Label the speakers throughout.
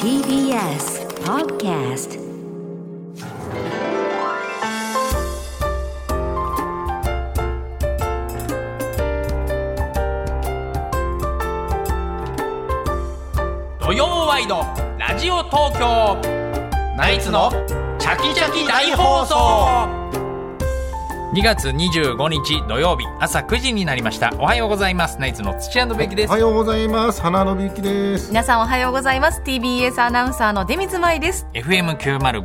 Speaker 1: TBS Podcast
Speaker 2: 土曜ワイドラジオ東京ナイツのチャキチャキ大放送2月25日土曜日朝9時になりましたおはようございますナイツの土屋信之で
Speaker 3: お
Speaker 2: す、
Speaker 3: はようございます。花のびゆきです。
Speaker 4: 皆さんおはようございます TBS アナウンサーの出水舞です
Speaker 2: FM905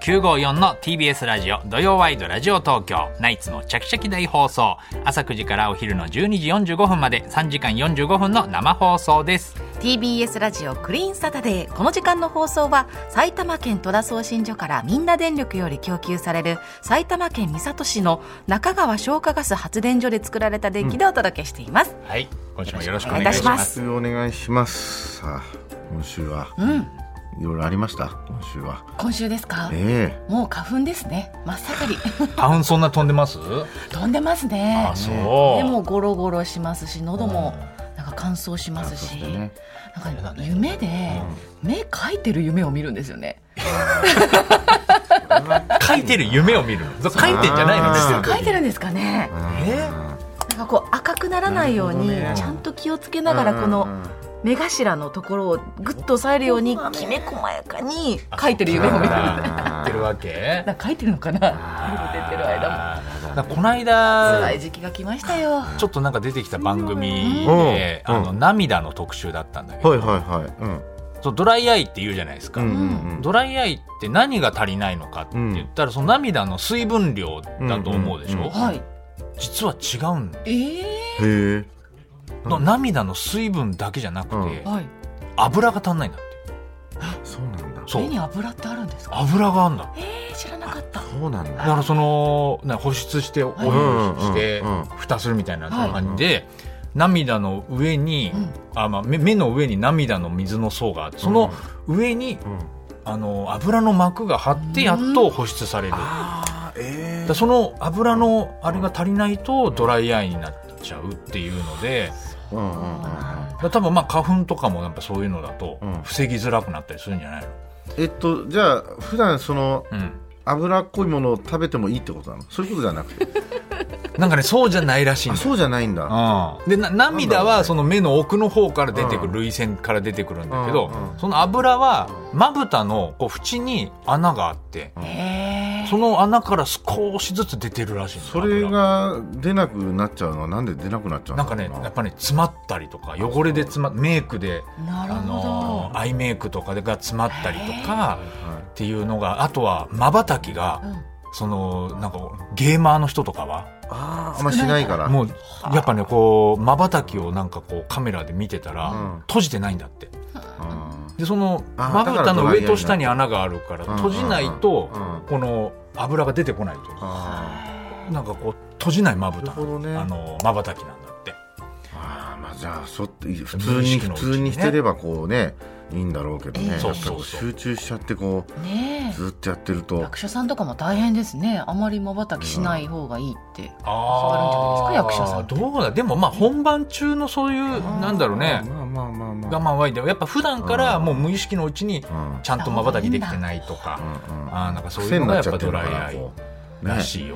Speaker 2: AM954 の TBS ラジオ土曜ワイドラジオ東京ナイツのチャキチャキ大放送朝9時からお昼の12時45分まで3時間45分の生放送です
Speaker 4: TBS ラジオクリーンサタデーこの時間の放送は埼玉県戸田送信所からみんな電力より供給される埼玉県三郷市の中川消化ガス発電所で作られた電気でお届けしています、
Speaker 2: はい今週もよろしくお
Speaker 4: お
Speaker 2: 願
Speaker 4: 願
Speaker 2: い
Speaker 4: い
Speaker 2: し
Speaker 4: い
Speaker 2: ま
Speaker 4: た
Speaker 2: す
Speaker 4: しま
Speaker 3: 今週お願いします。さあ、今週は、いろいろありました。今週は。
Speaker 4: 今週ですか
Speaker 3: ええ
Speaker 4: もう花粉ですね真っ盛り
Speaker 2: 花粉そんな飛んでます
Speaker 4: 飛んでますね
Speaker 2: あそう、
Speaker 4: でもゴロゴロしますし喉もなんか乾燥します
Speaker 3: そ
Speaker 4: し、
Speaker 3: してね、
Speaker 4: なんか夢で目描いてる夢を見るんですよね
Speaker 2: 書いてる夢を見るの書いてんじゃないの
Speaker 3: あー
Speaker 2: 別に
Speaker 4: 書いてるんですかねなんかこう赤くならないように
Speaker 3: なるほどね
Speaker 4: ちゃんと気をつけながらこ
Speaker 3: うんうん
Speaker 4: の
Speaker 3: うん
Speaker 4: 目頭のところをぐっと押さえるようにきめ細やかに書いてる夢を見る
Speaker 2: あ
Speaker 4: な
Speaker 2: ー やってるわけ
Speaker 4: んか書いてるのかな色出てる間も
Speaker 2: なんかこの
Speaker 4: 辛
Speaker 2: 間
Speaker 4: い時期が来ましたよ
Speaker 2: ちょっとなんか出てきた番組で、
Speaker 3: うん
Speaker 2: あの
Speaker 3: う
Speaker 2: 涙の特集だったんだけど、
Speaker 3: はいはいはい。うん。
Speaker 2: そうドライアイって言うじゃないですか、
Speaker 3: うんうん
Speaker 2: ドライアイって何が足りないのかって言ったら、その涙の水分量だと思うでしょ、
Speaker 3: うんうんうん
Speaker 4: はい
Speaker 2: 実は違うんだよ、
Speaker 4: ええ
Speaker 3: うん。へえ。
Speaker 2: 涙の水分だけじゃなくて、
Speaker 3: うん
Speaker 4: はい
Speaker 2: 油が足んないんだって
Speaker 3: そうなんだ。
Speaker 2: そう
Speaker 4: 目に油ってあるんですか
Speaker 2: 油があんだって
Speaker 4: ええ知らなかった
Speaker 3: そうなん
Speaker 2: だか
Speaker 3: だ。
Speaker 2: らそのな保湿してお湯をして
Speaker 3: うんうんうん
Speaker 2: 蓋するみたいな感じで涙の上に、あまあ、目目の上に涙の水の層があってその上に、
Speaker 3: うん。
Speaker 2: あの油の膜が張ってやっと保湿される、だか
Speaker 3: あえ
Speaker 2: らその油のあれが足りないとドライアイになっちゃうっていうので
Speaker 3: え。うんうんうん。
Speaker 2: だから多分まあ花粉とかもやっぱそういうのだと
Speaker 3: うん
Speaker 2: 防ぎづらくなったりするんじゃないの、
Speaker 3: えっと、じゃあ、普段その、
Speaker 2: うん
Speaker 3: 脂っこいものを食べてもいいってことなのそういうことじゃ なくて。
Speaker 2: なんかねそうじゃないらしいん
Speaker 3: あ、
Speaker 2: だ
Speaker 3: そうじゃないんだ。
Speaker 2: でな涙はその目の奥の方から出てくる涙腺から出てくるんだけど、
Speaker 3: うんうん
Speaker 2: その油はまぶたのこう縁に穴があって、
Speaker 4: え
Speaker 2: その穴から少しずつ出てるらしいんだ
Speaker 3: それ
Speaker 2: 油
Speaker 3: が出なくなっちゃうのはなんで出なくなっちゃう
Speaker 2: な
Speaker 3: の
Speaker 2: んかねやっぱね詰まったりとか汚れで詰まっメイクで、
Speaker 4: えな
Speaker 2: あ
Speaker 4: るほ
Speaker 2: のーアイメイクとかが詰まったりとか
Speaker 3: はい
Speaker 2: っていうのがあとはまばたきが、
Speaker 4: どうん
Speaker 2: そのなんかゲーマーの人とかは
Speaker 3: ああんましないから。
Speaker 2: もうやっぱねこうまばたきをなんかこうカメラで見てたら、
Speaker 3: うん
Speaker 2: 閉じてないんだって。
Speaker 3: うん
Speaker 2: でその
Speaker 3: あ
Speaker 2: まぶたの上と下に
Speaker 3: だか
Speaker 2: 穴があるから
Speaker 3: ドライヤーになる
Speaker 2: 閉じないと
Speaker 3: うんうん
Speaker 2: この油が出てこないというか
Speaker 3: あ
Speaker 2: なんかこう閉じないまぶた
Speaker 3: なるほどね
Speaker 2: あのまばたきなんだって
Speaker 3: ーあーまあじゃあそ普
Speaker 2: 無
Speaker 3: 通
Speaker 2: 意
Speaker 3: に
Speaker 2: 識
Speaker 3: 普
Speaker 2: のうちにね
Speaker 3: 通にしてればこうねいいんだろうけどね、
Speaker 4: ええ
Speaker 2: そうそうそう
Speaker 3: やっぱりこ集中しちゃってこ
Speaker 4: ね
Speaker 3: うずっとやってる
Speaker 4: え
Speaker 3: と
Speaker 4: 役者さんとかも大変ですねあまりまばたきしない方がいいって
Speaker 2: あ
Speaker 4: 触るんじゃないですか役者さんって
Speaker 2: どうだでもまあ本番中のそういうなんだろうね
Speaker 3: まあまあまあまあ
Speaker 2: 我慢はいでやっぱ普段からもう無意識のうちに
Speaker 3: ん
Speaker 2: ちゃんとまばたきできてないとか
Speaker 3: うんうん
Speaker 2: あーなんかそうい
Speaker 3: 癖
Speaker 2: うのがや
Speaker 3: になっ
Speaker 2: っ
Speaker 3: ちゃ
Speaker 2: ぱ
Speaker 3: って
Speaker 2: ド
Speaker 3: るの
Speaker 2: ラ
Speaker 3: か
Speaker 2: イ
Speaker 3: な
Speaker 2: アイ
Speaker 3: こうね
Speaker 2: らしいよ。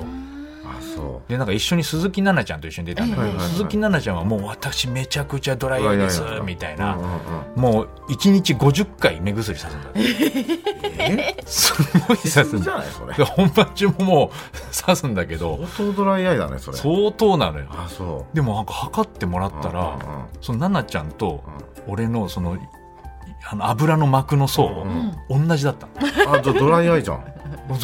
Speaker 3: あそ
Speaker 2: でなんか一緒に鈴木奈々ちゃんと一緒に出たんだけ
Speaker 3: はいはい
Speaker 2: ど
Speaker 3: はい
Speaker 2: 鈴木奈々ちゃんはもう私めちゃくちゃドラ
Speaker 3: う
Speaker 2: イ
Speaker 3: いや
Speaker 2: アイ
Speaker 3: いや
Speaker 2: で
Speaker 3: い
Speaker 2: す
Speaker 3: や
Speaker 2: みたい
Speaker 3: うん
Speaker 2: な
Speaker 3: うん
Speaker 2: もう1日50回目薬さすんだって
Speaker 3: うんえ
Speaker 2: すごい刺す
Speaker 3: 普通
Speaker 2: ん
Speaker 3: じゃ
Speaker 2: だ
Speaker 3: ないそれ
Speaker 2: で本番中ももう刺すんだけど
Speaker 3: 相当ドライアイだねそれ
Speaker 2: 相当なのよ
Speaker 3: あそ
Speaker 2: でもなんか測ってもら
Speaker 3: う
Speaker 2: った
Speaker 3: うんう
Speaker 2: ら
Speaker 3: んうん
Speaker 2: その奈々ちゃんと俺のそのいあの油の膜の層同じだったの
Speaker 3: あじゃあドライアイじゃん
Speaker 2: で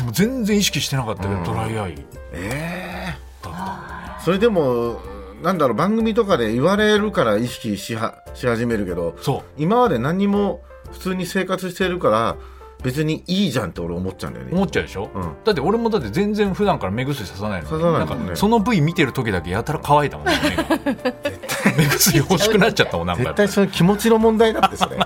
Speaker 2: も全然意識してなかったけ
Speaker 3: う
Speaker 2: ど
Speaker 3: ん
Speaker 2: ドライアイだ
Speaker 3: え
Speaker 2: った
Speaker 3: えそれでもなんだろう番組とかで言われるから意識しはし始めるけど
Speaker 2: そう
Speaker 3: 今まで何も普通に生活してるから別にいいじゃんって俺思っちゃうんだよね
Speaker 2: 思っちゃうでしょ、
Speaker 3: うん
Speaker 2: だって俺もだって全然普段から目薬ささないのに
Speaker 3: ささないもんね
Speaker 2: んかその部位見てる時だけやたら乾いたもん ね目が目薬欲しくなっちゃったもんなんかや
Speaker 3: 絶
Speaker 2: っぱ
Speaker 3: 対それ気持ちの問題だって それ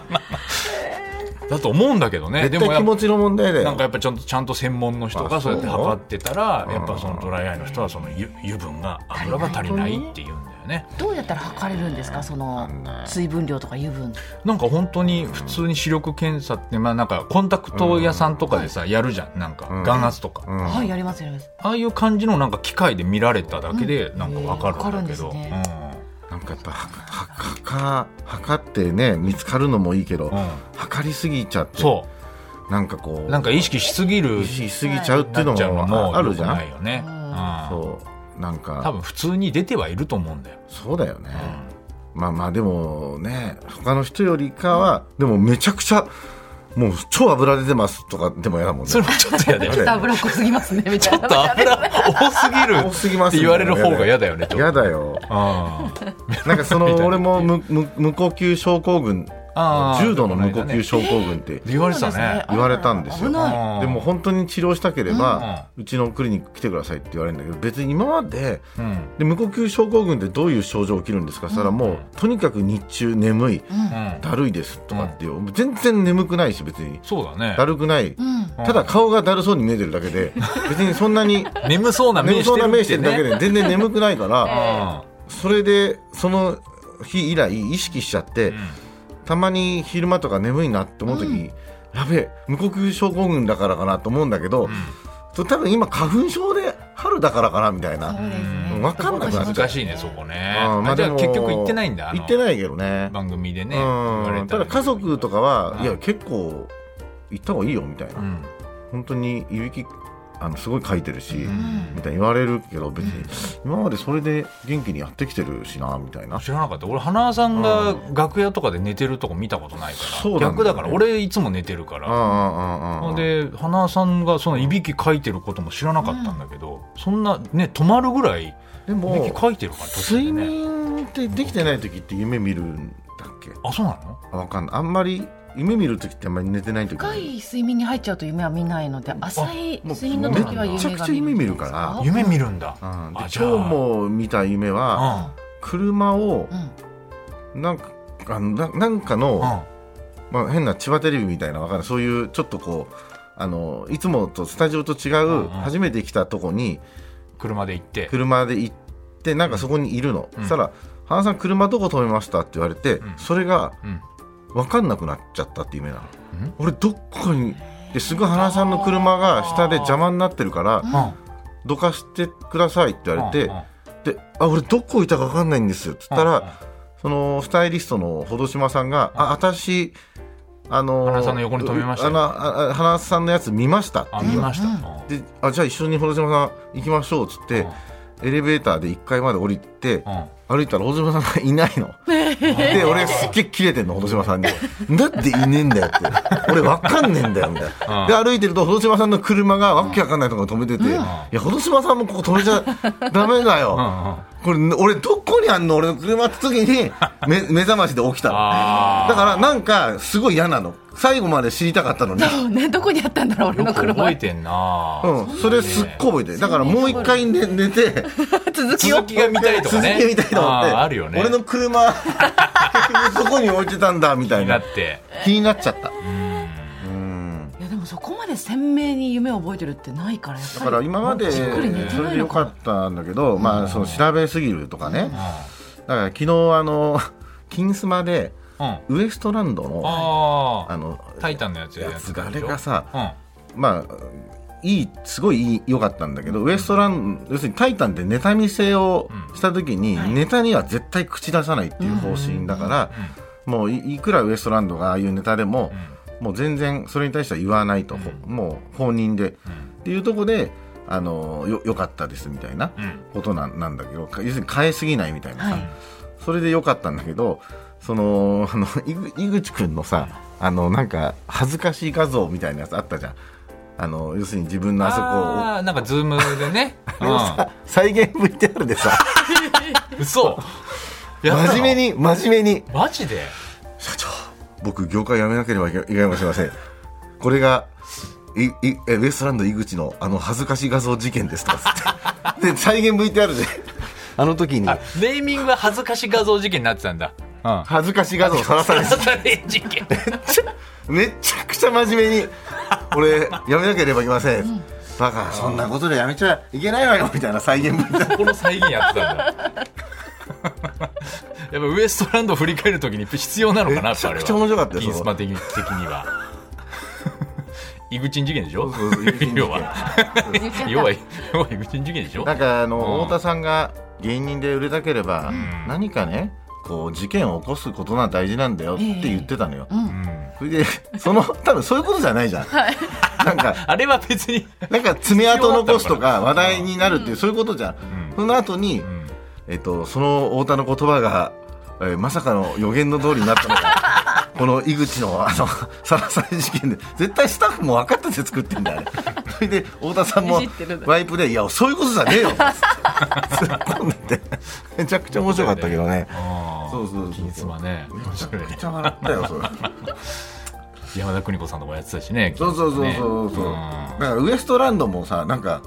Speaker 2: だと思うんだけどねで
Speaker 3: 絶
Speaker 2: も
Speaker 3: 対
Speaker 2: や
Speaker 3: 気
Speaker 2: っ
Speaker 3: 持ちの問題だ
Speaker 2: なんか
Speaker 3: よ
Speaker 2: やっぱちゃんとちゃんと専門の人が
Speaker 3: あ
Speaker 2: そうやって
Speaker 3: そう
Speaker 2: 測ってたらやっぱそのドライアイの人はその油油分が油が足りないっていうんだよね
Speaker 4: どうやったら測れるんですかその水分量とか油分
Speaker 2: なんか本当に普通に視力検査ってまあなんかコンタクト屋さんとかでさやるじゃんなんか
Speaker 3: うん
Speaker 2: 眼圧とか
Speaker 3: うん
Speaker 4: はいやりますやります
Speaker 2: ああいう感じのなんか機械で見られただけでなんかわかるんだけど
Speaker 4: わかるんですね
Speaker 3: なんかやっぱはははか測ってね見つかるのもいいけど、
Speaker 2: うんうん
Speaker 3: 測りすぎちゃって
Speaker 2: そう
Speaker 3: なんかこう
Speaker 2: なんか意識しすぎる
Speaker 3: 意識しすぎちゃうってい
Speaker 2: な
Speaker 3: うの
Speaker 2: っちゃうの
Speaker 3: も
Speaker 2: も
Speaker 3: あ
Speaker 2: 良
Speaker 3: る
Speaker 2: く
Speaker 3: じゃん
Speaker 2: ないよね。うん
Speaker 3: そうなんか
Speaker 2: 多分普通に出てはいると思うんだよ。
Speaker 3: そうだよね、まあまあでもね他の人よりかは、でもめちゃくちゃもう超油出てますとかでも嫌だもんね
Speaker 2: それもちょっと嫌だよ
Speaker 4: ちょっ
Speaker 2: ね。
Speaker 4: と油っこすぎますねみたい
Speaker 2: ちょっと油多すぎる
Speaker 3: 多すぎま
Speaker 2: っ
Speaker 3: す
Speaker 2: て
Speaker 3: ね
Speaker 2: 言われる方が嫌だよね。ちょっ
Speaker 3: 嫌だよ
Speaker 2: とうん
Speaker 3: なんかその俺も無無無呼吸症候群
Speaker 2: あー
Speaker 3: 重度の無呼吸症候群って
Speaker 2: 言われてた
Speaker 4: そうです
Speaker 2: ね
Speaker 4: ね。
Speaker 3: 言われたんですよ
Speaker 4: 危ない
Speaker 2: うん
Speaker 3: でも本当に治療したければ、うちのクリニック来てくださいって言われるんだけど別に今まで
Speaker 2: うん
Speaker 3: で無呼吸症候群ってどういう症状起きるんですかそしたらもうとにかく日中眠い
Speaker 2: うん
Speaker 3: だるいですとかっていう全然眠くないし別に
Speaker 2: そうだね
Speaker 3: だ。るくない、ただ顔がだるそうに見えてるだけで別にそんなに
Speaker 2: 眠そうな目
Speaker 3: 眠
Speaker 2: し
Speaker 3: そう
Speaker 2: て
Speaker 3: な
Speaker 2: る
Speaker 3: 目してるだけ
Speaker 2: で。
Speaker 3: で全然眠くないから
Speaker 2: うん
Speaker 3: それでその日以来意識しちゃって、たまに昼間とか眠いなって思う時、やべえ無呼吸症候群だからかなと思うんだけど、多分今花粉症で春だからかなみたいな、分かんなくなっちゃう
Speaker 2: 難しいねそこね。
Speaker 3: うんま
Speaker 2: あじゃあ
Speaker 3: でも
Speaker 2: 結局行ってないんだ。あの
Speaker 3: 行ってないけどね
Speaker 2: 番組でね。言わ
Speaker 3: う
Speaker 2: れ
Speaker 3: んただ家族とかは、いや結構行った方がいいよみたいな、
Speaker 2: うん
Speaker 3: 本当にいびきあのすごい書いてるし、みたいな言われるけど別に、今までそれで元気にやってきてるしなみたいな
Speaker 2: 知らなかった俺花輪さんが楽屋とかで寝てるとこ見たことないから、
Speaker 3: そうなんだよね
Speaker 2: 逆だから俺いつも寝てるか
Speaker 3: うんう
Speaker 2: ら、
Speaker 3: んうんうん
Speaker 2: で花輪さんがそのいびきかいてることも知らなかったんだけど、そんなね止まるぐらい
Speaker 3: で
Speaker 2: いび
Speaker 3: も
Speaker 2: きかいてるから途
Speaker 3: 睡
Speaker 2: 中でね
Speaker 3: 眠ってできてない時って夢見るんだっけ
Speaker 2: あそうなの
Speaker 3: あわかんないあんまり夢見る時ってあんまり寝てない時
Speaker 4: 深い睡眠に入っちゃうと夢は見ないので浅い
Speaker 3: もう
Speaker 4: 睡眠の時は
Speaker 3: め
Speaker 4: 夢が見るんで
Speaker 3: ち
Speaker 4: す
Speaker 3: ゃ
Speaker 4: か
Speaker 3: くちゃ夢見るから
Speaker 2: 夢見るんだ、
Speaker 3: うんで
Speaker 2: あ
Speaker 3: 今
Speaker 2: じ
Speaker 3: 日
Speaker 2: ゃあ
Speaker 3: も見た夢は車を
Speaker 4: うん
Speaker 3: なんかあのななんか
Speaker 2: う
Speaker 3: の、
Speaker 2: んうん
Speaker 3: まあ、変な千葉テレビみたいなわかんないそういうちょっとこうあのいつもとスタジオと違う、
Speaker 2: うんうん
Speaker 3: 初めて来たとこに
Speaker 2: 車で行って
Speaker 3: 車で行ってなんかそこにいるの、
Speaker 2: うん
Speaker 3: そしたら「花さん車どこ止めました?」って言われて、
Speaker 2: ん
Speaker 3: それが
Speaker 2: うん
Speaker 3: 分かんなくなっちゃったって夢なの、
Speaker 2: うん
Speaker 3: 俺どっかにですぐ花さんの車が下で邪魔になってるから「どかしてください」って言われて、
Speaker 2: うんうん
Speaker 3: であ俺どこいたか分かんないんですよっつったら、
Speaker 2: うんうん
Speaker 3: そのスタイリストのほどしまさんが「あ私あの
Speaker 2: 花さんの横に止めました
Speaker 3: あのああ花さんのやつ見ました」って
Speaker 2: あ
Speaker 3: 言
Speaker 2: 見
Speaker 3: うわ
Speaker 2: ました、
Speaker 3: であじゃあ一緒にほどしまさん行きましょう」っつって、エレベーターで1階まで降りて、歩いたらほどしまさんがいないの。で俺すっげえ切れてんのほどしまさんに「だっていねえんだよ」って「俺分かんねえんだよ」みたいな、
Speaker 2: うん
Speaker 3: で歩いてるとほどしまさんの車がわけわかんないところに止めてて「いやほどしまさんもここ止めちゃダメだよ」
Speaker 2: うんうんうん
Speaker 3: これ俺どこにあんの俺の車って時にめ目覚ましで起きたの
Speaker 2: あー
Speaker 3: だからなんかすごい嫌なの最後まで知りたかったの に、
Speaker 4: そうねどこにあったんだろう俺
Speaker 2: よ
Speaker 4: の
Speaker 2: く
Speaker 4: 車
Speaker 2: 覚えてんな、
Speaker 3: うん、それすっごい覚えてるだからもう一回寝寝て
Speaker 4: 続きを
Speaker 2: 続きが見たいとかね
Speaker 3: 続き見たいと思って
Speaker 2: あーあるよね
Speaker 3: 俺の車 結局どこに置いてたんだみたい
Speaker 2: にな
Speaker 3: な
Speaker 2: って
Speaker 3: 気になっちゃった
Speaker 4: いやでもそこまで鮮明に夢を覚えてるってないからやっ
Speaker 3: だ
Speaker 4: ぱ
Speaker 3: から
Speaker 4: り
Speaker 3: 今まで
Speaker 4: しっ
Speaker 3: そ
Speaker 4: く
Speaker 3: れ
Speaker 4: り寝てない
Speaker 3: でよ
Speaker 4: の
Speaker 3: か
Speaker 4: か
Speaker 3: ったんだけど、まあその調べすぎるとかね、だから昨日あの 「金スマ」で
Speaker 2: うん
Speaker 3: ウエストランドの
Speaker 2: あ
Speaker 3: あの
Speaker 2: あタイタンのやつや
Speaker 3: や
Speaker 2: って
Speaker 3: つ
Speaker 2: た
Speaker 3: があ
Speaker 2: でし
Speaker 3: れ
Speaker 2: ょ
Speaker 3: がさ、
Speaker 2: うん
Speaker 3: まあいいすごいいい良かったんだけど、ウエストラン要するに「タイタン」ってネタ見せをした時に、ネタには絶対口出さないっていう方針だから、もういいくらウエストランドがああいうネタでも、もう全然それに対しては言わないと、もう公認で、っていうとこで。あのよよかったですみたいなことなんなんだけど、か要するに変えすぎないみたいなさ、
Speaker 4: はい
Speaker 3: それでよかったんだけどその あの井口井口くんのさあのなんか恥ずかしい画像みたいなやつあったじゃんあの要するに自分のあそこ
Speaker 2: あーなんかズームでね
Speaker 3: をでもさ再現 VTR でさ
Speaker 2: う ん嘘やったの
Speaker 3: 真面目に真面目に
Speaker 2: マジで
Speaker 3: 「社長僕業界辞めなければいけいけませんこれがいいえウエストランド井口のあの恥ずかし画像事件ですとか で再現 VTR であの時に
Speaker 2: あネーミングが恥ずかし画像事件になってたんだうん
Speaker 3: 恥ずかし画像さらされて
Speaker 2: サタデー事件
Speaker 3: めちゃくちゃ真面目に俺辞めなければいけません、バカそんなことで辞めちゃいけないわよみたいな再現 VTR
Speaker 2: この再現やってたん だやっぱウエストランド振り返るときに必要なのかな
Speaker 3: めちゃくちゃ面白かったよ
Speaker 2: インスパ的に的には イグチン事件でしょ
Speaker 3: そうそうイグチン事件
Speaker 2: 要は要は要はイグチン事件でしょ
Speaker 3: なんかあの、
Speaker 2: うん
Speaker 3: 太田さんが芸人で売れたければ、
Speaker 2: ん
Speaker 3: 何かねこう事件を起こすことが大事なんだよって言ってたのよ、
Speaker 2: うん
Speaker 3: それでその多分そういうことじゃないじゃん、なんか
Speaker 2: あれは別に
Speaker 3: なんか爪痕残すとか話題になるっていうそういうことじゃん、その後に、えっとその太田の言葉が、えーまさかの予言の通りになったの がこの井口のあのさらされ事件で絶対スタッフも分かってて作ってんだ よあれそれで太田さんも
Speaker 4: いじってるんだ
Speaker 3: ワイプで「いやそういうことじゃ ねえよ」って突っ込んでてめちゃくちゃ面白かったけどね
Speaker 2: そ
Speaker 3: そうそうそう
Speaker 2: 金スマね面白いね
Speaker 3: めっちゃ笑ったよそれ。
Speaker 2: 山田邦子さんとかもやってたしね
Speaker 3: そうそうそうそうそう、だからウエストランドもさなんか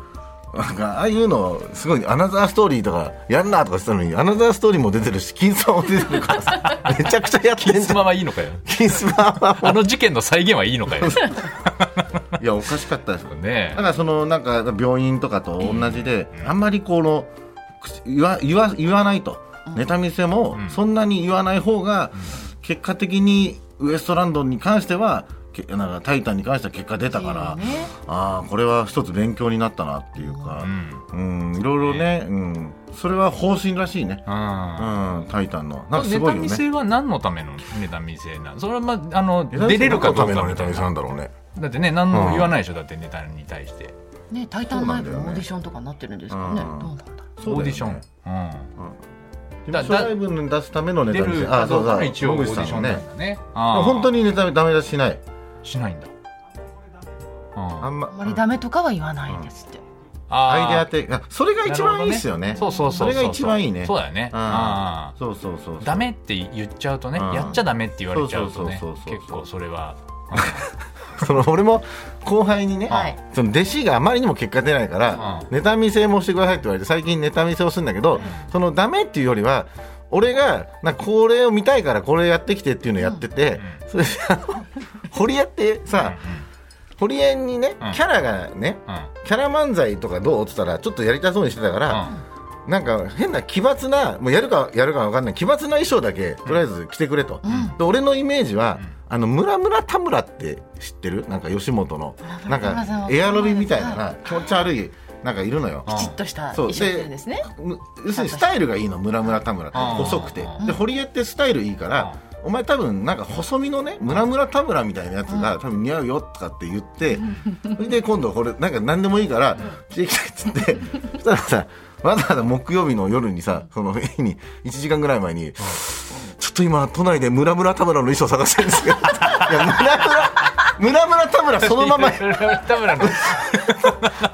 Speaker 3: なんかああいうのすごいアナザーストーリーとかやんなとかしてたのにアナザーストーリーも出てるし金さんも出てるからさ めちゃくちゃやってん
Speaker 2: 金
Speaker 3: じ
Speaker 2: ス
Speaker 3: ゃん
Speaker 2: マはいいのか よ
Speaker 3: 金スマは
Speaker 2: あの事件の再現はいいのかよ
Speaker 3: いやおかしかったですよね
Speaker 2: ね
Speaker 3: だ からそのなんか病院とかと同じで、あんまりこの口言わ言わ言わないと、ネタ見せもそんなに言わない方が、結果的にウエストランドに関してはけなんかタイタンに関しては結果出たから、ああこれは一つ勉強になったなっていうか、うんいろいろね、うん、それは方針らしいね、
Speaker 2: うん
Speaker 3: うん、タイタンのなんかす
Speaker 2: ネ
Speaker 3: ご
Speaker 2: タ
Speaker 3: いよ
Speaker 2: 見
Speaker 3: ね
Speaker 2: せは何のためのネタ見せなんそれはまああの
Speaker 3: ネタ見せ
Speaker 2: 出れるかどうかみ
Speaker 3: 何のためのネ
Speaker 2: た
Speaker 3: タ
Speaker 2: い
Speaker 3: 見せ
Speaker 2: な
Speaker 3: なんだろうね
Speaker 2: だってね何も言わないでしょだってネタに対して
Speaker 4: ね、タイタンライブのオーディションとかになってるんですかね。
Speaker 3: うん
Speaker 4: どうなんだろう。
Speaker 2: オーディション
Speaker 3: 事
Speaker 2: だ
Speaker 3: 務所ライブに出すための
Speaker 2: うん
Speaker 3: ネ
Speaker 2: 出
Speaker 3: タ見せ
Speaker 2: るかどうかが
Speaker 3: そう
Speaker 2: 一応オー
Speaker 3: 野
Speaker 2: デ
Speaker 3: 口
Speaker 2: ィ
Speaker 3: さ
Speaker 2: シ
Speaker 3: ん
Speaker 2: ョ
Speaker 3: の
Speaker 2: ンなん
Speaker 3: ね
Speaker 2: だね
Speaker 3: 本当
Speaker 2: に
Speaker 3: にネタダメ出ししない
Speaker 2: しないんだ
Speaker 3: あ
Speaker 2: あ
Speaker 3: ん
Speaker 4: あ
Speaker 3: ま
Speaker 4: んまりダメとかは言わないんですって。
Speaker 3: アイデア
Speaker 2: あ
Speaker 3: ってあそれが一番いいですよね
Speaker 2: そうそうそう
Speaker 3: それが一番いいね
Speaker 2: そうだよね
Speaker 3: うん
Speaker 2: あ
Speaker 3: そうそうそうそう
Speaker 2: ダメって言っちゃうとね
Speaker 3: うん
Speaker 2: やっちゃダメって言われちゃうとね
Speaker 3: そうそうそうそう
Speaker 2: 結構それは
Speaker 3: その俺も後輩にね、
Speaker 4: はい
Speaker 3: その弟子があまりにも結果出ないから、
Speaker 2: うん
Speaker 3: ネタ見せもしてくださいって言われて最近ネタ見せをするんだけど、そのダメっていうよりは俺がなんかこれを見たいからこれやってきてっていうのをやってて、それであの堀江ってさ、堀江にね
Speaker 2: うん
Speaker 3: キャラがね、
Speaker 2: うん
Speaker 3: キャラ漫才とかどうって言ったらちょっとやりたそうにしてたから、なんか変な奇抜なもうやるかやるかわかんない奇抜な衣装だけとりあえず着てくれと、で俺のイメージは、あの村村田村って知ってるなんか吉本のなん
Speaker 4: 村さん
Speaker 3: か
Speaker 4: は
Speaker 3: エアロビみたいなな気持ち悪いなんかいるのよ。
Speaker 4: きちっとした
Speaker 3: そう
Speaker 4: 衣装なんですね。
Speaker 3: む要するにスタイルがいいの村村田村って
Speaker 2: うん
Speaker 3: 細くて
Speaker 2: うん
Speaker 3: で堀江ってスタイルいいからお前多分なんか細身のね村村田村みたいなやつが多分似合うよとかって言ってそれで今度これなんか何でもいいから着ていきたいっつって そしたらさわざわざ木曜日の夜にさその日に1時間ぐらい前にちょっと今都内で村村田村の衣装探してるんです けどいや村村村村田村そのま ま
Speaker 2: 田 村の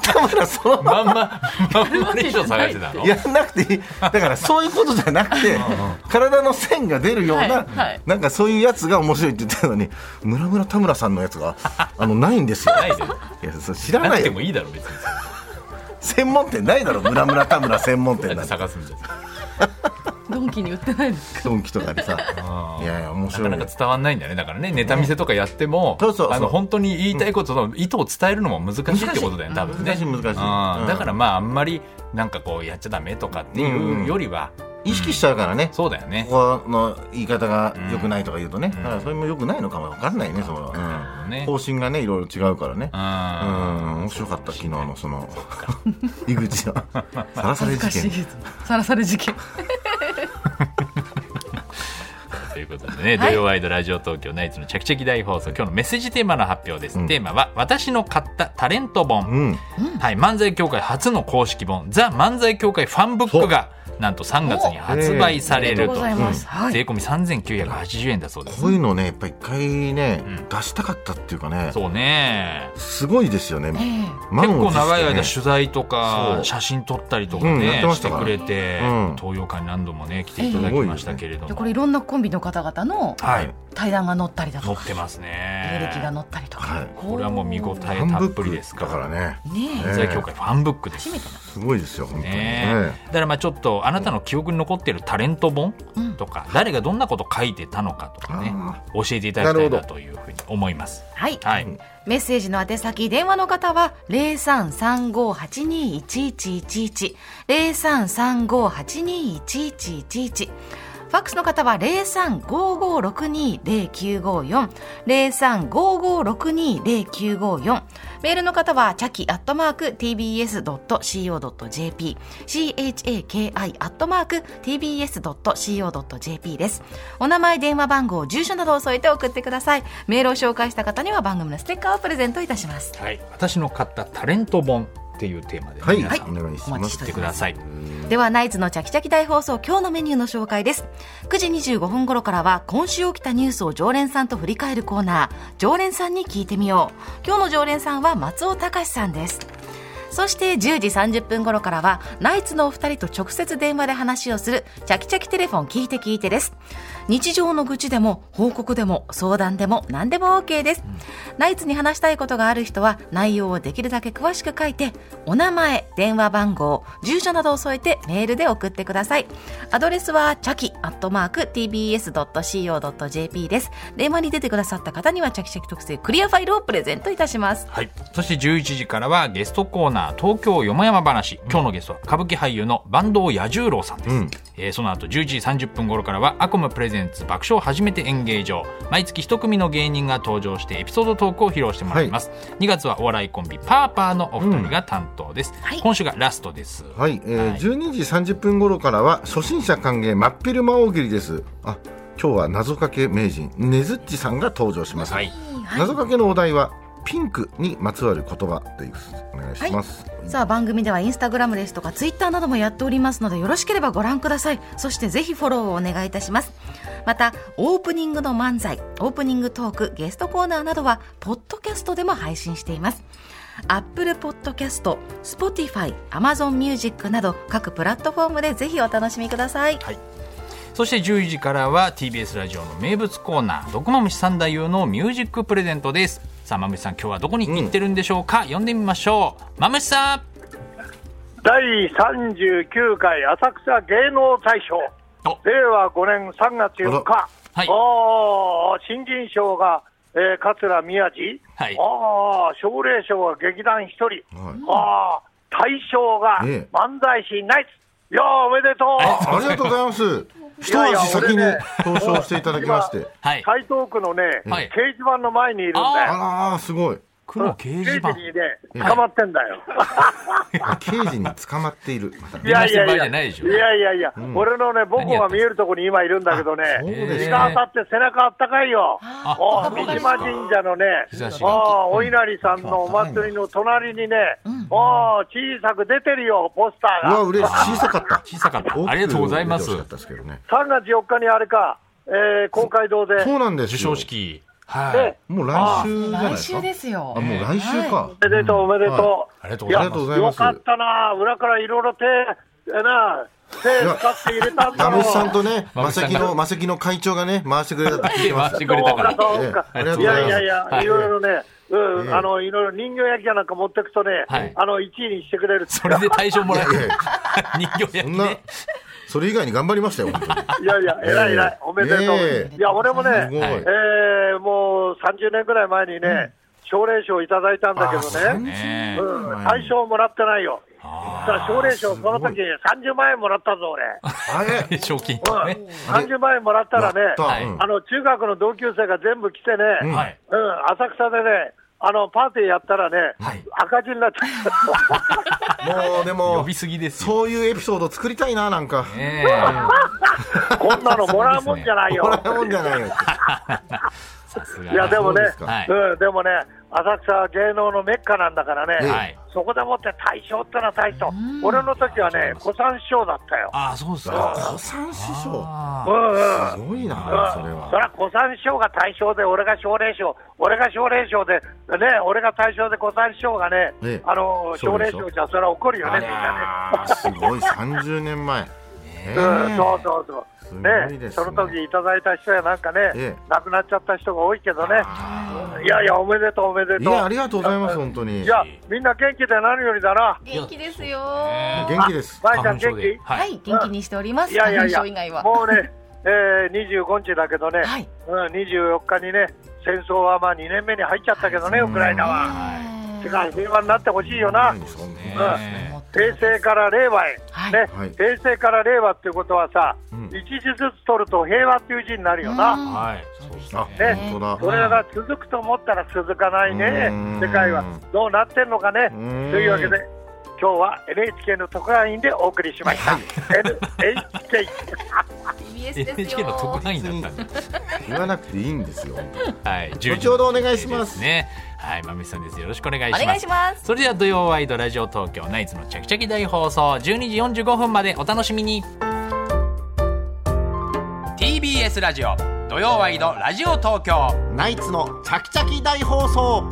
Speaker 3: 田村その
Speaker 2: ま
Speaker 3: まま
Speaker 2: んままんまの衣装探してたの
Speaker 3: やんなくていいだからそういうことじゃなくて体の線が出るような、
Speaker 4: はいはい
Speaker 3: なんかそういうやつが面白いって言ってたのに村村田村さんのやつ があのないんですよ
Speaker 2: ないで
Speaker 3: いやそう知ら
Speaker 2: な
Speaker 3: な
Speaker 2: く
Speaker 3: い
Speaker 2: て
Speaker 3: よ
Speaker 2: もいいだろ別に
Speaker 3: 専門店ないだろ村村田村専門店
Speaker 2: だっ
Speaker 3: な
Speaker 2: て
Speaker 3: んて
Speaker 2: 探すんじゃん
Speaker 4: ドンキに売ってないです。
Speaker 3: ドンキとかでさいやいや面白い
Speaker 2: な
Speaker 3: よ
Speaker 2: んか伝わんないんだねだからねネタ見せとかやっても、
Speaker 3: そうそうそう
Speaker 2: あの本当に言いたいことの意図を伝えるのも難しいってことだよね多分ね
Speaker 3: 難しい難しい
Speaker 2: あー
Speaker 3: うん
Speaker 2: だからまああんまりなんかこうやっちゃダメとかっていうよりは、
Speaker 3: 意識しちゃうからね
Speaker 2: そうだよね
Speaker 3: ここの言い方が良くないとか言うとね、だからそれも良くないのかも分かんないね、その、うん
Speaker 2: ね
Speaker 3: 方針がねいろいろ違うからね、う
Speaker 2: あ
Speaker 3: ん、面白かった昨日のその井口のさらさ
Speaker 4: 恥
Speaker 3: れ
Speaker 4: ずか
Speaker 3: 事
Speaker 4: しい
Speaker 3: 件
Speaker 4: です。さらされ事件。
Speaker 2: ーということでね、土曜ワイドラジオ東京ナイツのチャキチャキ大放送今日のメッセージテーマの発表です、テーマは私の買ったタレント本、
Speaker 3: うん
Speaker 2: はい、漫才協会初の公式本「ザ漫才協会ファンブック」がなんと3月に発売される
Speaker 4: お
Speaker 2: と、
Speaker 4: えーありがとうございますはい
Speaker 2: 税込み3980円だそうです
Speaker 3: こういうのねやっぱ一回ね、出したかったっていうかね
Speaker 2: そうね
Speaker 3: すごいですよね、
Speaker 2: 結
Speaker 3: 満を
Speaker 2: 構
Speaker 3: 持してね
Speaker 2: 長い間取材とか
Speaker 3: そう
Speaker 2: 写真撮ったりとか
Speaker 3: うんや
Speaker 2: ね
Speaker 3: ってま
Speaker 2: し
Speaker 3: してたか
Speaker 2: く
Speaker 3: ら
Speaker 2: れて
Speaker 3: うん
Speaker 2: 東洋館に何度もね来ていただきましたけれど
Speaker 4: で
Speaker 2: も
Speaker 4: これいろんなコンビの方々の
Speaker 2: はい
Speaker 4: 対談が載ったりだと
Speaker 2: 載
Speaker 4: か
Speaker 2: ってます
Speaker 4: 経
Speaker 2: ね
Speaker 4: 歴が載ったりとか、
Speaker 3: はい
Speaker 4: こ
Speaker 2: これはもう見応え
Speaker 3: フ
Speaker 2: た
Speaker 3: ァン
Speaker 2: っ
Speaker 3: ブ
Speaker 2: ぷり
Speaker 3: ッ
Speaker 2: です
Speaker 3: ク
Speaker 2: か
Speaker 3: だ
Speaker 2: ら
Speaker 3: からね
Speaker 4: うねえ
Speaker 2: 犯罪協会ファンブックです
Speaker 4: 初めてなんです
Speaker 3: ごいですよ本当に
Speaker 2: ね
Speaker 3: ね
Speaker 2: だからまあちょっとあなたの記憶に残ってるタレント本とか、誰がどんなこと書いてたのかとかね
Speaker 3: あ
Speaker 2: 教えていただきたい
Speaker 3: なる
Speaker 2: な
Speaker 3: ほど
Speaker 2: というふうに思います。
Speaker 4: はい、
Speaker 2: はい、
Speaker 4: メッセージの宛先電話の方は0335821111 0335821111ファックスの方は0355620954 0355620954メールの方はチャキアットマーク tbs.co.jp chaki アットマーク tbs.co.jp ですお名前電話番号住所などを添えて送ってくださいメールを紹介した方には番組のステッカーをプレゼントいたします
Speaker 2: はい、私の買ったタレント本っていうテーマで、ね
Speaker 3: はい、
Speaker 2: 皆さん
Speaker 3: お願いし
Speaker 4: お
Speaker 3: ま
Speaker 4: 待ちし
Speaker 3: す
Speaker 4: ており
Speaker 2: 見てく
Speaker 4: ま
Speaker 2: だ
Speaker 4: す
Speaker 2: さい。
Speaker 4: ではナイツのチャキチャキ大放送今日のメニューの紹介です9時25分頃からは今週起きたニュースを常連さんと振り返るコーナー常連さんに聞いてみよう今日の常連さんは松尾隆さんですそして10時30分頃からはナイツのお二人と直接電話で話をするチャキチャキテレフォン聞いて聞いてです日常の愚痴でも報告でも相談でも何でも OK です、ナイツに話したいことがある人は内容をできるだけ詳しく書いてお名前電話番号住所などを添えてメールで送ってくださいアドレスはチャキアットマーク tbs.co.jp です電話に出てくださった方にはチャキチャキ特製クリアファイルをプレゼントいたします
Speaker 2: はい、そして11時からはゲストコーナー東京よもやま話今日のゲストは歌舞伎俳優の坂東彌十郎さんです、えーその後11時30分頃からはアコムプレゼンツ爆笑初めて演芸場毎月一組の芸人が登場してエピソードトークを披露してもらいます、2月はお笑いコンビパーパーのお二人が担当です、
Speaker 4: はい
Speaker 2: 今週がラストです
Speaker 3: はい、えー12時30分頃からは初心者歓迎真っ昼間大喜利ですあ今日は謎かけ名人ねずっちさんが登場します、
Speaker 2: はい
Speaker 3: 謎かけのお題はピンクにまつわる言葉ですお願いします、
Speaker 4: さあ番組ではインスタグラムですとかツイッターなどもやっておりますのでよろしければご覧くださいそしてぜひフォローをお願いいたしますまたオープニングの漫才オープニングトークゲストコーナーなどはポッドキャストでも配信していますアップルポッドキャスト Spotify、Amazon Music など各プラットフォームでぜひお楽しみください
Speaker 2: そして11時からは TBS ラジオの名物コーナー「毒まむし三太夫のミュージックプレゼント」ですさあまむしさん今日はどこに行ってるんでしょうか、呼んでみましょうまむしさん
Speaker 5: 第39回浅草芸能大賞
Speaker 2: お、
Speaker 5: 令和5年3月4日、
Speaker 2: あらはい
Speaker 5: おー新人賞が、えー桂宮治、
Speaker 2: はい
Speaker 5: あー奨励賞が劇団一人、
Speaker 3: はい
Speaker 5: あー大賞が
Speaker 3: ええ
Speaker 5: 漫才師ナイツ、いやーおめでとう、
Speaker 3: あありがとうございます一
Speaker 5: やいや
Speaker 3: 足先に
Speaker 5: 俺ね
Speaker 3: 投票していただきまして
Speaker 2: はい
Speaker 5: 台東区のね、
Speaker 2: はい
Speaker 5: 掲示板の前にいるんだ
Speaker 3: あ
Speaker 5: よ。
Speaker 3: らーすごい
Speaker 2: 区の掲
Speaker 5: 刑
Speaker 2: 示
Speaker 5: 事
Speaker 2: 板
Speaker 5: にね、捕まってんだよ。
Speaker 3: あ刑事に捕まっている
Speaker 5: いや
Speaker 2: 電話
Speaker 5: いやい
Speaker 2: してる場合じ
Speaker 5: や、
Speaker 2: ゃないでしょ
Speaker 5: やいやいや、俺のね、母校が見えるところに今いるんだけどね、
Speaker 3: そう
Speaker 5: 日
Speaker 3: です
Speaker 5: が
Speaker 3: か
Speaker 5: 当たって背中あったかいよ。
Speaker 2: あ
Speaker 5: おう
Speaker 2: そうですか
Speaker 5: 三島神社のね
Speaker 2: 日差し、が
Speaker 5: おうお稲荷さんのお祭りの隣にね、おう小さく出てるよ、ポスタ
Speaker 3: う
Speaker 5: ー
Speaker 3: わ
Speaker 5: が。
Speaker 3: 嬉しい小さかった
Speaker 2: 小さかったありがとうございます
Speaker 3: 大きく出てほしかったですけどね
Speaker 5: 3月4日にあれか、えー公会堂で。
Speaker 3: そうなんです
Speaker 2: 授
Speaker 3: よ
Speaker 2: 賞式はい
Speaker 5: で
Speaker 3: もう来週じゃない
Speaker 4: 来
Speaker 3: です
Speaker 4: 週
Speaker 3: か
Speaker 4: ですよ
Speaker 3: あもう来週か
Speaker 5: おめでとう、おめでとう。
Speaker 2: ありがとう
Speaker 3: い
Speaker 2: ご
Speaker 3: やあ
Speaker 2: ざ
Speaker 3: り
Speaker 2: います
Speaker 3: がとうござい
Speaker 5: よ
Speaker 3: ます
Speaker 5: かったな、裏からいろいろ手、えな、手使って入れたんだ
Speaker 3: ダ
Speaker 5: ろ
Speaker 3: ムシさん
Speaker 5: う。
Speaker 3: とね、
Speaker 2: ダム
Speaker 3: マ
Speaker 2: シさ
Speaker 3: セ
Speaker 2: ん
Speaker 3: キ
Speaker 2: が
Speaker 3: の、マセキの会長がね、回してくれたって聞いて
Speaker 2: 回
Speaker 3: ま
Speaker 2: し
Speaker 3: す
Speaker 2: て。くれた から
Speaker 5: そうか
Speaker 3: ええありがと
Speaker 5: いう
Speaker 3: ござ
Speaker 5: や
Speaker 3: います
Speaker 5: いやいや、
Speaker 2: はい
Speaker 5: いろいろね、うん、
Speaker 3: ええ
Speaker 5: あの、いろいろ人形焼きやなんか持ってくとね、
Speaker 2: はい
Speaker 5: あの、1位にしてくれるって
Speaker 2: それで大賞もらえ
Speaker 3: いやい
Speaker 2: る
Speaker 3: や
Speaker 2: 人形
Speaker 3: そ
Speaker 2: 焼き
Speaker 3: んな
Speaker 2: ね、
Speaker 3: それ以外に頑張りましたよ、本当に。
Speaker 5: いやいや、偉い偉い、おめでとう。
Speaker 3: え
Speaker 4: え
Speaker 5: いや、俺もね、
Speaker 3: すごい。
Speaker 2: はい
Speaker 5: えーもう30年ぐらい前にね、奨励賞いただいたんだけどね、
Speaker 2: ね
Speaker 5: うん、大賞もらってないよ。
Speaker 2: あ
Speaker 5: だから奨励賞、その時30万円もらったぞ、俺。
Speaker 3: あれ
Speaker 2: ー賞金ね
Speaker 5: うん、30万円もらったらね、
Speaker 3: やった
Speaker 2: はい
Speaker 3: うん
Speaker 5: あの中学の同級生が全部来てね、うん
Speaker 2: はい
Speaker 5: 浅草でね、あのパーティーやったらね、
Speaker 2: はい
Speaker 5: 赤字になっちゃった。
Speaker 3: もうで
Speaker 2: 呼
Speaker 3: も
Speaker 2: び、すぎですよ
Speaker 3: そういうエピソード作りたいな、なんか。
Speaker 2: ね
Speaker 5: こんなのもらう もんじゃない
Speaker 3: こ
Speaker 5: よ
Speaker 3: ん。なもんじゃないよ。
Speaker 2: さすが
Speaker 5: いや、でもね
Speaker 3: そうです、か
Speaker 2: はい
Speaker 5: うん、でもね、浅草は芸能のメッカなんだからね、
Speaker 2: はい
Speaker 5: そこでもって大賞ってのは大賞。俺の時はね、小三師匠だったよ。
Speaker 2: ああそうです
Speaker 3: あ
Speaker 2: か
Speaker 3: 古参師匠。
Speaker 5: うんうん。
Speaker 3: すごいな、それ
Speaker 5: そ
Speaker 3: は。
Speaker 5: れは小三師匠が大賞で、俺が奨励賞、俺が奨励賞で、ね、俺が大賞で小三師匠がね、
Speaker 3: ええ
Speaker 5: あの
Speaker 3: そ
Speaker 5: 奨
Speaker 3: うで
Speaker 5: 励
Speaker 3: しょ
Speaker 5: 賞じゃ、それは怒るよね、みんなね。
Speaker 3: あーすごい、30年前。ねえ
Speaker 5: うん、そうそうそう。
Speaker 3: すごいですね
Speaker 5: ね、その時いただいた人やなんか
Speaker 3: え
Speaker 5: ね
Speaker 3: え、
Speaker 5: 亡くなっちゃった人が多いけどね、いやいや、おめでとう、おめで
Speaker 3: い
Speaker 5: と
Speaker 3: やあ
Speaker 5: う。
Speaker 3: りがとうございます本当に
Speaker 5: いや、みんな元気で何よりだな。
Speaker 4: 元気ですよ。
Speaker 3: 元気です
Speaker 5: まいちゃん、
Speaker 2: 花粉
Speaker 5: 元
Speaker 2: 症
Speaker 5: 気
Speaker 2: ではい
Speaker 4: はい、元気にしております。
Speaker 5: いやいや
Speaker 4: 花
Speaker 5: いや
Speaker 4: 粉症以外、は。
Speaker 5: もうね、えー、25日だけどね、
Speaker 4: はい。
Speaker 5: うん、24日にね、戦争はまあ2年目に入っちゃったけどね、ウクライナは。てか、平和になってほしいよな。
Speaker 3: そうね
Speaker 2: ね
Speaker 4: もっと
Speaker 5: 平成から令和へ、
Speaker 4: はい
Speaker 5: ね
Speaker 3: はい
Speaker 5: 平成から令和っていうことはさ、
Speaker 3: ん
Speaker 5: 一字ずつ取ると平和っていう字になるよな、
Speaker 2: はい。
Speaker 3: あ
Speaker 5: ね
Speaker 3: 本当だ
Speaker 5: それが続くと思ったら続かないね
Speaker 3: うん、
Speaker 5: 世界はどうなってんのかね。と
Speaker 3: ん
Speaker 5: いうわけで、今日は NHK の特派員でお送りしました。NHK
Speaker 4: TBS です
Speaker 2: NHK の特
Speaker 4: よ。
Speaker 2: 派員だったんだ。
Speaker 3: 言わなくていいんですよ
Speaker 2: はい。10
Speaker 3: 後ほどお願いしま
Speaker 2: で
Speaker 3: す
Speaker 2: すね。はい、まみさんです。よろしくお願いします。
Speaker 4: お願いします。
Speaker 2: それでは土曜ワイドラジオ東京ナイツのチャキチャキ大放送12時45分までお楽しみに TBS ラジオ土曜ワイドラジオ東京
Speaker 3: ナイツのチャキチャキ大放送